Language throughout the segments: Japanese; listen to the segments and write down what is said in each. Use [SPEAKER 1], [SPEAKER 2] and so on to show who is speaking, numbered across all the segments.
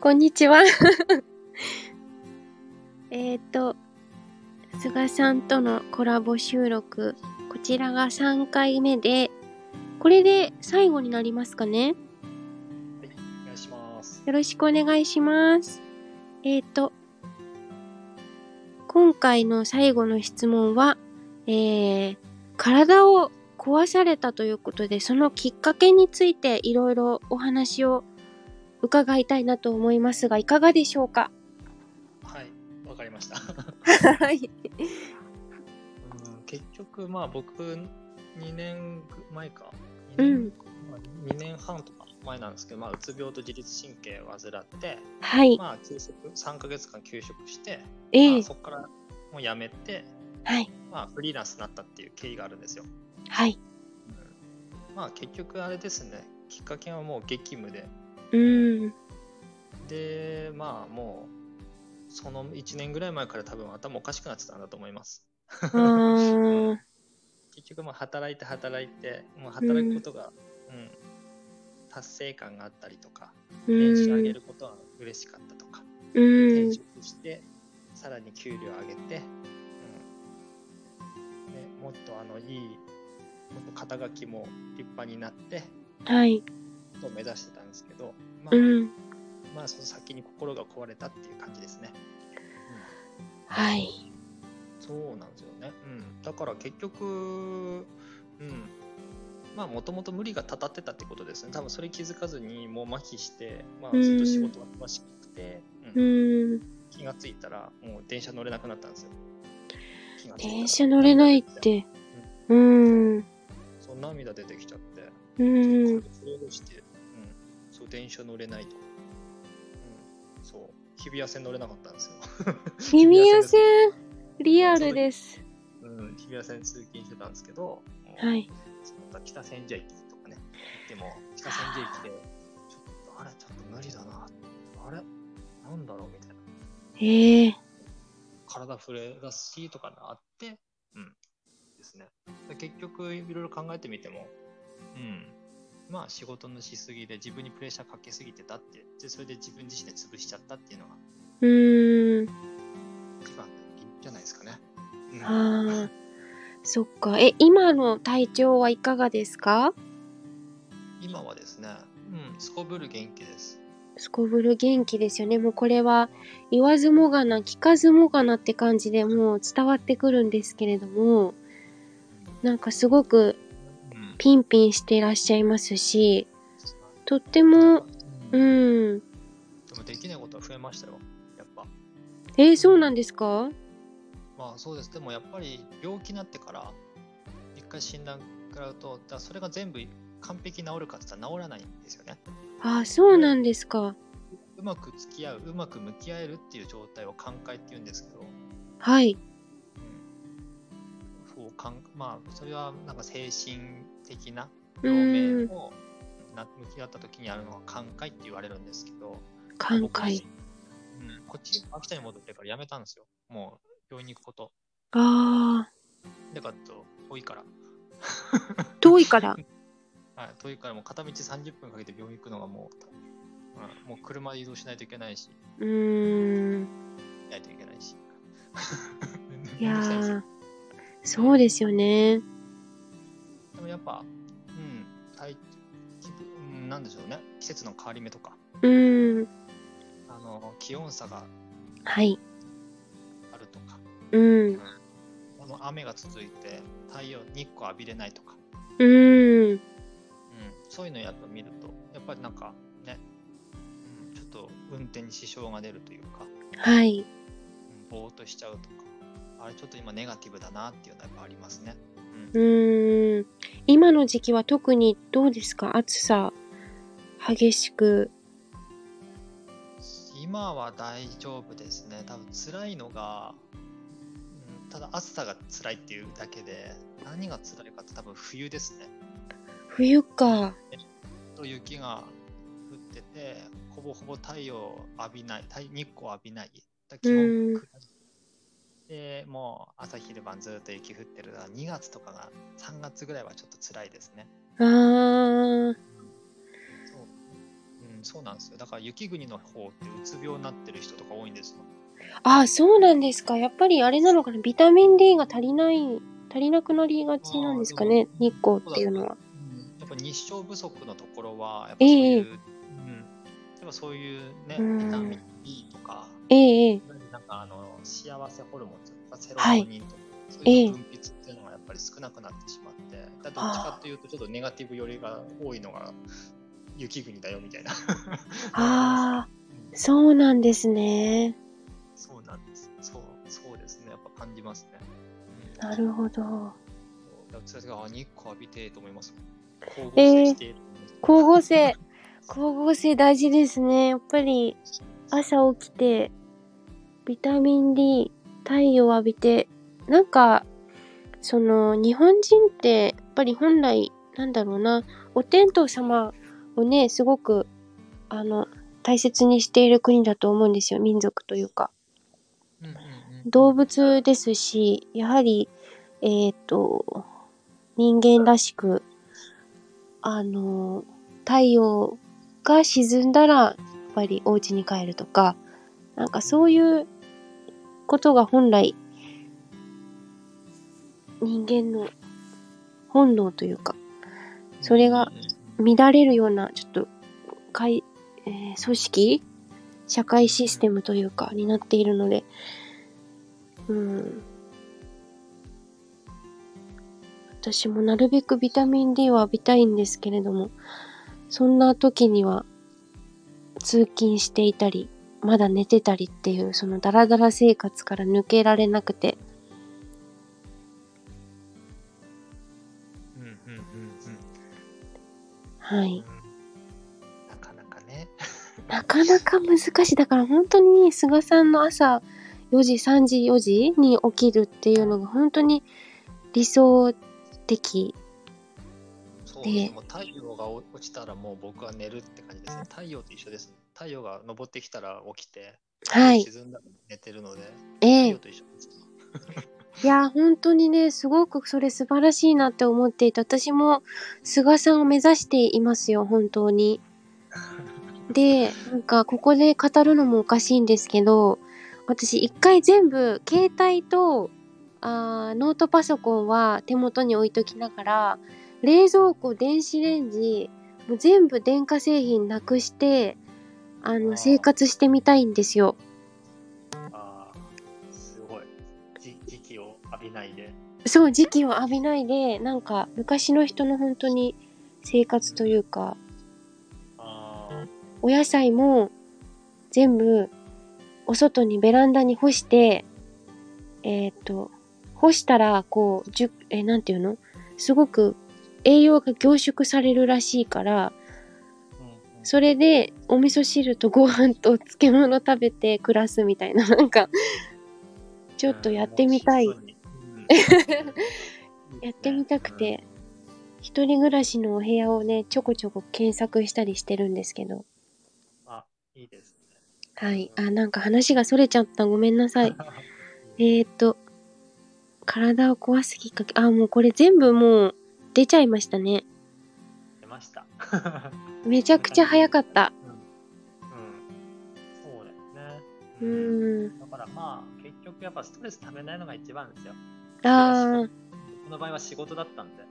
[SPEAKER 1] こんにちは。 えっと、菅さんとのコラボ収録、こちらが3回目で、これで最後になりますか
[SPEAKER 2] はい、
[SPEAKER 1] ね
[SPEAKER 2] お願いします。
[SPEAKER 1] よろしくお願いします。えっ、と、今回の最後の質問は、えー、体を壊されたということで、そのきっかけについていろいろお話を伺いたいなと思いますが、いかがでしょうか
[SPEAKER 2] はい、わかりました。
[SPEAKER 1] はい。
[SPEAKER 2] うん結局、まあ僕、2年前か、2
[SPEAKER 1] う
[SPEAKER 2] 年,、
[SPEAKER 1] ん。
[SPEAKER 2] 2年半とか前なんですけど、まあ、うつ病と自律神経を患って、
[SPEAKER 1] はい。
[SPEAKER 2] まあ、休息3ヶ月間休職して、
[SPEAKER 1] え
[SPEAKER 2] ま
[SPEAKER 1] え
[SPEAKER 2] あ、そこからもう辞めて、
[SPEAKER 1] はい。
[SPEAKER 2] まあ、フリーランスになったっていう経緯があるんですよ。
[SPEAKER 1] はい。
[SPEAKER 2] うんまあ、結局、あれですね、きっかけはもう激務で、
[SPEAKER 1] うん。
[SPEAKER 2] で、まあもう、その1年ぐらい前から多分頭おかしくなってたんだと思います。
[SPEAKER 1] あー
[SPEAKER 2] 結局もう働いて働いてもう働くことが、うん達成感があったりとか
[SPEAKER 1] う
[SPEAKER 2] 年収上げ
[SPEAKER 1] ん。
[SPEAKER 2] ることは嬉しかったとか、
[SPEAKER 1] うん
[SPEAKER 2] 転。職してさらに給料上げて、うんね、もっとあのいいもっと肩書きも立派になって
[SPEAKER 1] はい。
[SPEAKER 2] と目指してたんですけど、まあ
[SPEAKER 1] うん。
[SPEAKER 2] まあその先に心が壊れたっていう感じですね。
[SPEAKER 1] はい。
[SPEAKER 2] そうなんですよね。うん、だから結局、うん、まあもともと無理がたたってたってことですね。多分それ気づかずにもう麻痺して、まあ、
[SPEAKER 1] うん
[SPEAKER 2] ずっと仕事が忙しくて、う
[SPEAKER 1] うんん。
[SPEAKER 2] 気がついたらもう電車乗れなくなったんですよ。気がついたら
[SPEAKER 1] 電車乗れないって。うん。
[SPEAKER 2] そう涙出てきちゃって、
[SPEAKER 1] う
[SPEAKER 2] それ
[SPEAKER 1] ん。
[SPEAKER 2] でそれをして、うん、そう電車乗れないとか、うん、そう日比谷線乗れなかったんですよ。
[SPEAKER 1] 耳寄せ、 リアルです。
[SPEAKER 2] うん、日比谷線通勤してたんですけど、もう
[SPEAKER 1] はい。
[SPEAKER 2] その他北千住駅とかね、でも北千住駅で、ちょっとあれ、ちょっと無理だな、あれ、なんだろうみたいな、
[SPEAKER 1] ええ
[SPEAKER 2] 体震え出すしとかがあって、うん、ですね。で結局、いろいろ考えてみても、うん、まあ仕事のしすぎで自分にプレッシャーかけすぎてたって、でそれで自分自身で潰しちゃったっていうのが
[SPEAKER 1] うん。
[SPEAKER 2] 一番じゃないですかね。うん
[SPEAKER 1] ああ。そっか。え、今の体調はいかがですか
[SPEAKER 2] 今はですね、うん、すこぶる元気です。
[SPEAKER 1] すこぶる元気ですよね。もうこれは言わずもがな、聞かずもがなって感じでもう伝わってくるんですけれども、なんかすごく
[SPEAKER 2] うん、
[SPEAKER 1] ピンピンしていらっしゃいますし、とっても、
[SPEAKER 2] う
[SPEAKER 1] うんん。
[SPEAKER 2] でもできないことは増えましたよ、やっぱ。
[SPEAKER 1] えーそうなんですか
[SPEAKER 2] まあそうです、でもやっぱり病気になってから、一回診断食らうと、だからそれが全部完璧に治るかって言ったら治らないんですよね。
[SPEAKER 1] ああ、そうなんですか。
[SPEAKER 2] うまく付き合う、うまく向き合えるっていう状態を寛解って言うんですけど、
[SPEAKER 1] はい。
[SPEAKER 2] そうかんまあそれはなんか精神的な
[SPEAKER 1] う
[SPEAKER 2] 病名
[SPEAKER 1] ん。
[SPEAKER 2] をな向き合った時にあるのが寛解って言われるんですけど、
[SPEAKER 1] 寛
[SPEAKER 2] 僕自
[SPEAKER 1] 解
[SPEAKER 2] 身。うん、こっち、秋田に戻ってからやめたんですよ。もう病院に行くこと。
[SPEAKER 1] ああ、
[SPEAKER 2] でかと遠いから。
[SPEAKER 1] 遠いから。
[SPEAKER 2] はい、遠いからもう片道30分かけて病院行くのがもう、うん、もう車で移動しないといけないし、
[SPEAKER 1] うーん。
[SPEAKER 2] いないといけないし。
[SPEAKER 1] いや
[SPEAKER 2] めんどくさいですよ
[SPEAKER 1] ー、そうですよね。
[SPEAKER 2] でもやっぱ、うん、体気分うん、なんでしょうね、季節の変わり目とか、
[SPEAKER 1] うん。
[SPEAKER 2] あの気温差が
[SPEAKER 1] はい。
[SPEAKER 2] あるとか、
[SPEAKER 1] うん。
[SPEAKER 2] あの雨が続いて、太陽、日光浴びれないとか、
[SPEAKER 1] うん。
[SPEAKER 2] うん、そういうのやっぱ見ると、やっぱりなんかね、うん、ちょっと運転に支障が出るというか、
[SPEAKER 1] は
[SPEAKER 2] う
[SPEAKER 1] い。
[SPEAKER 2] んぼーっとしちゃうとか、あれちょっと今ネガティブだなっていうのはやっぱありますね。うん
[SPEAKER 1] うーん。今の時期は特にどうですか暑さ、激しく。
[SPEAKER 2] 今は大丈夫ですね。多分辛いのが、うん、ただ暑さが辛いっていうだけで、何が辛いかって多分冬ですね。
[SPEAKER 1] 冬か。
[SPEAKER 2] と雪が降ってて、ほぼほぼ太陽を浴びない、太日光を浴びない。だ基
[SPEAKER 1] うん
[SPEAKER 2] 本下りで、もう朝昼晩ずっと雪降ってるのは2月とかが3月ぐらいはちょっと辛いですね。
[SPEAKER 1] ああ、
[SPEAKER 2] そう。うん。うん、そうなんですよ。だから雪国の方ってうつ病になってる人とか多いんですよ。
[SPEAKER 1] ああ、そうなんですか。やっぱりあれなのかな。ビタミン D が足りない、足りなくなりがちなんですかね。日光っていうのは。
[SPEAKER 2] やっぱ日照不足のところは、やっぱそういう、うん、やっぱそういうね、
[SPEAKER 1] うん
[SPEAKER 2] ビタミン B とか、
[SPEAKER 1] ええええ
[SPEAKER 2] なんかあの幸せホルモンとかセロ
[SPEAKER 1] はい
[SPEAKER 2] トニンとか、そういう分泌っていうのがやっぱり少なくなってしまって、だどっちかっていうとちょっとネガティブ寄りが多いのが雪国だよみたいな。
[SPEAKER 1] ああ、そうなんですね。
[SPEAKER 2] そうなんです。そうそうですね。やっぱ感じますね。うん
[SPEAKER 1] なるほど。
[SPEAKER 2] そうだからそれがあ日光浴びてえと思います。光合
[SPEAKER 1] えー
[SPEAKER 2] 成してえと思います
[SPEAKER 1] 光合成。光合成大事ですね。やっぱり朝起きて、ビタミン D、太陽浴びて、なんか、その、日本人って、やっぱり本来、なんだろうな、お天道様をね、すごく、あの、大切にしている国だと思うんですよ、民族というか。
[SPEAKER 2] うんうんうん
[SPEAKER 1] 動物ですし、やはり、えっ、と、人間らしく、あの、太陽が沈んだら、やっぱりお家に帰るとか、なんかそういうことが本来、人間の本能というか、それが
[SPEAKER 2] うんうんうん
[SPEAKER 1] 乱れるような、ちょっと、かい、えー組織社会システムというか、になっているので、うん。私もなるべくビタミン D を浴びたいんですけれども、そんな時には、通勤していたり、まだ寝てたりっていう、そのダラダラ生活から抜けられなくて、
[SPEAKER 2] うんうんうん
[SPEAKER 1] は
[SPEAKER 2] うんう
[SPEAKER 1] い。
[SPEAKER 2] んなかなかね。
[SPEAKER 1] なかなか難しい。だから本当に菅さんの朝4時、3時、4時に起きるっていうのが本当に理想的。
[SPEAKER 2] そう
[SPEAKER 1] で
[SPEAKER 2] ですね。もう太陽が落ちたらもう僕は寝るって感じですね。太陽と一緒です、太陽が昇ってきたら起きて、
[SPEAKER 1] はい。
[SPEAKER 2] 沈んだら寝てるので、太
[SPEAKER 1] ええ
[SPEAKER 2] 陽と一緒です。
[SPEAKER 1] いや、本当にね、すごくそれ素晴らしいなって思っていて、私も菅さんを目指していますよ、本 当に。で、なんか、ここで語るのもおかしいんですけど、私一回全部、携帯と、あーノートパソコンは手元に置いときながら、冷蔵庫、電子レンジ、もう全部電化製品なくして、あ
[SPEAKER 2] あー
[SPEAKER 1] の、生活してみたいんですよ。
[SPEAKER 2] ああ、すごい。じ時期を浴びないで。
[SPEAKER 1] そう、時期を浴びないで、なんか、昔の人の本当に生活というか、
[SPEAKER 2] ああ、
[SPEAKER 1] お野菜も全部、お外にベランダに干して、えーっと、干したら、こう、じゅ、えー、なんていうのすごく栄養が凝縮されるらしいから、
[SPEAKER 2] うんうん
[SPEAKER 1] それでお味噌汁とご飯と漬物食べて暮らすみたいな、なんか、ちょっとやってみたい。
[SPEAKER 2] うんもうシンプルにうん
[SPEAKER 1] やってみたくて、一人暮らしのお部屋をね、ちょこちょこ検索したりしてるんですけど。
[SPEAKER 2] うんいいですね。
[SPEAKER 1] はい。あ、なんか話がそれちゃった。ごめんなさい。 えーっと、体を壊すきっかけ。あ、もうこれ全部もう出ちゃいましたね。
[SPEAKER 2] 出ました。
[SPEAKER 1] めちゃくちゃ早かった。
[SPEAKER 2] うん。そうだよね。
[SPEAKER 1] うーん。
[SPEAKER 2] だからまあ、結局やっぱストレス溜めないのが一番ですよ。
[SPEAKER 1] あー、
[SPEAKER 2] この場合は仕事だったんで。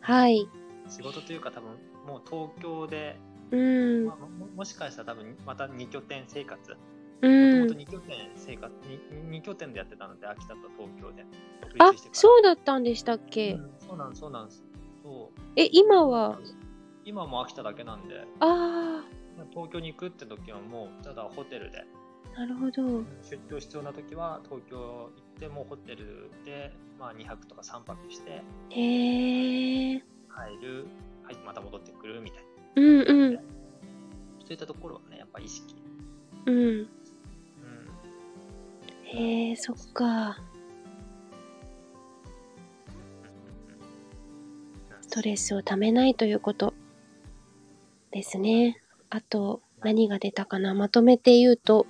[SPEAKER 1] はい。
[SPEAKER 2] 仕事というか多分、もう東京で、
[SPEAKER 1] うーん
[SPEAKER 2] ま。あ、ももしかしたら多分また2拠点生活。も
[SPEAKER 1] う
[SPEAKER 2] ともと
[SPEAKER 1] ーん。
[SPEAKER 2] 2拠点生活、2拠点でやってたので、秋田と東京で。
[SPEAKER 1] あ、
[SPEAKER 2] う
[SPEAKER 1] そうだったんでしたっけ
[SPEAKER 2] んそうなんです、そうなんです。そう。
[SPEAKER 1] え、今は、
[SPEAKER 2] 今も秋田だけなんで、
[SPEAKER 1] あー、
[SPEAKER 2] 東京に行くって時はもう、ただホテルで
[SPEAKER 1] なるほど。
[SPEAKER 2] 出張必要な時は東京行ってもうホテルで、まあ、2泊とか3泊して
[SPEAKER 1] へー。
[SPEAKER 2] 帰る、はい、また戻ってくるみたいな
[SPEAKER 1] うんうん。
[SPEAKER 2] そういったところはねやっぱ意識、
[SPEAKER 1] うん。
[SPEAKER 2] うん、
[SPEAKER 1] へー、そっか。ストレスをためないということですね。あと、何が出たかなまとめて言うと、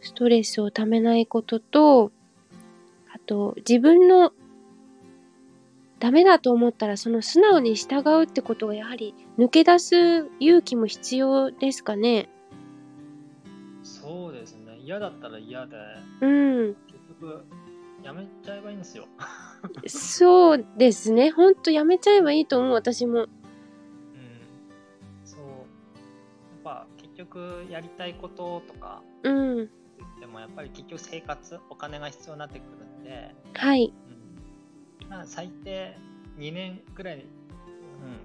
[SPEAKER 1] ストレスをためないことと、あと、自分のダメだと思ったらその素直に従うってことがやはり抜け出す勇気も必要ですかね。
[SPEAKER 2] そうですね。嫌だったら嫌で、
[SPEAKER 1] うん、
[SPEAKER 2] 結局、やめちゃえばいいんですよ。
[SPEAKER 1] そうですね。ほんとやめちゃえばいいと思う私
[SPEAKER 2] う
[SPEAKER 1] も。
[SPEAKER 2] ん。そう。やっぱ、結局、やりたいこととか
[SPEAKER 1] うん、
[SPEAKER 2] 言っても、やっぱり結局生活、お金が必要になってくるんで、
[SPEAKER 1] はい、
[SPEAKER 2] うんまあ、最低2年くらい、う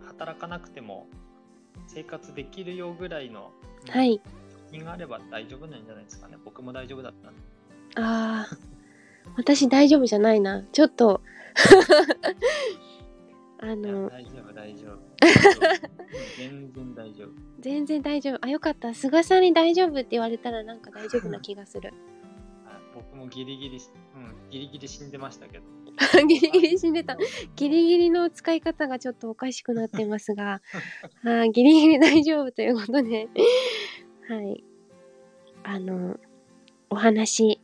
[SPEAKER 2] ん、働かなくても生活できるよぐらいのうん
[SPEAKER 1] はい。
[SPEAKER 2] 貯金があれば大丈夫なんじゃないですかね僕も大丈夫だったんで
[SPEAKER 1] ああ、私大丈夫じゃないな。ちょっと あ
[SPEAKER 2] いや
[SPEAKER 1] の
[SPEAKER 2] 大丈夫大 丈夫全然大丈夫
[SPEAKER 1] 全然大丈夫。あよかった。菅さんに大丈夫って言われたらなんか大丈夫な気がする。
[SPEAKER 2] は い僕もギリギリ、うん、ギリギリ死んでましたけど
[SPEAKER 1] ギリギリ死んでた。ギリギリの使い方がちょっとおかしくなってますが、あーギリギリ大丈夫ということで、はい。あの、お話、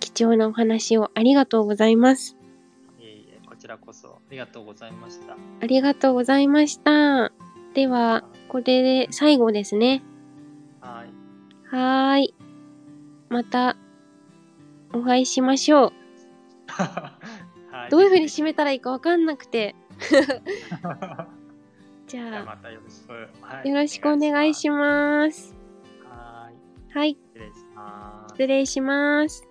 [SPEAKER 1] 貴重なお話をありがとうございます。
[SPEAKER 2] いえいえこちらこそありがとうございました
[SPEAKER 1] ありがとうございました。では、これで最後ですね。
[SPEAKER 2] はい
[SPEAKER 1] はーい。また、お会いしましょう。
[SPEAKER 2] は
[SPEAKER 1] どういう風に締めたらいいかわかんなくて。
[SPEAKER 2] じ
[SPEAKER 1] じ
[SPEAKER 2] ゃあ
[SPEAKER 1] ゃ
[SPEAKER 2] またよろしく、は
[SPEAKER 1] あ、よろしくお願いします。
[SPEAKER 2] ますはい
[SPEAKER 1] はい、
[SPEAKER 2] 失礼します
[SPEAKER 1] 失礼します。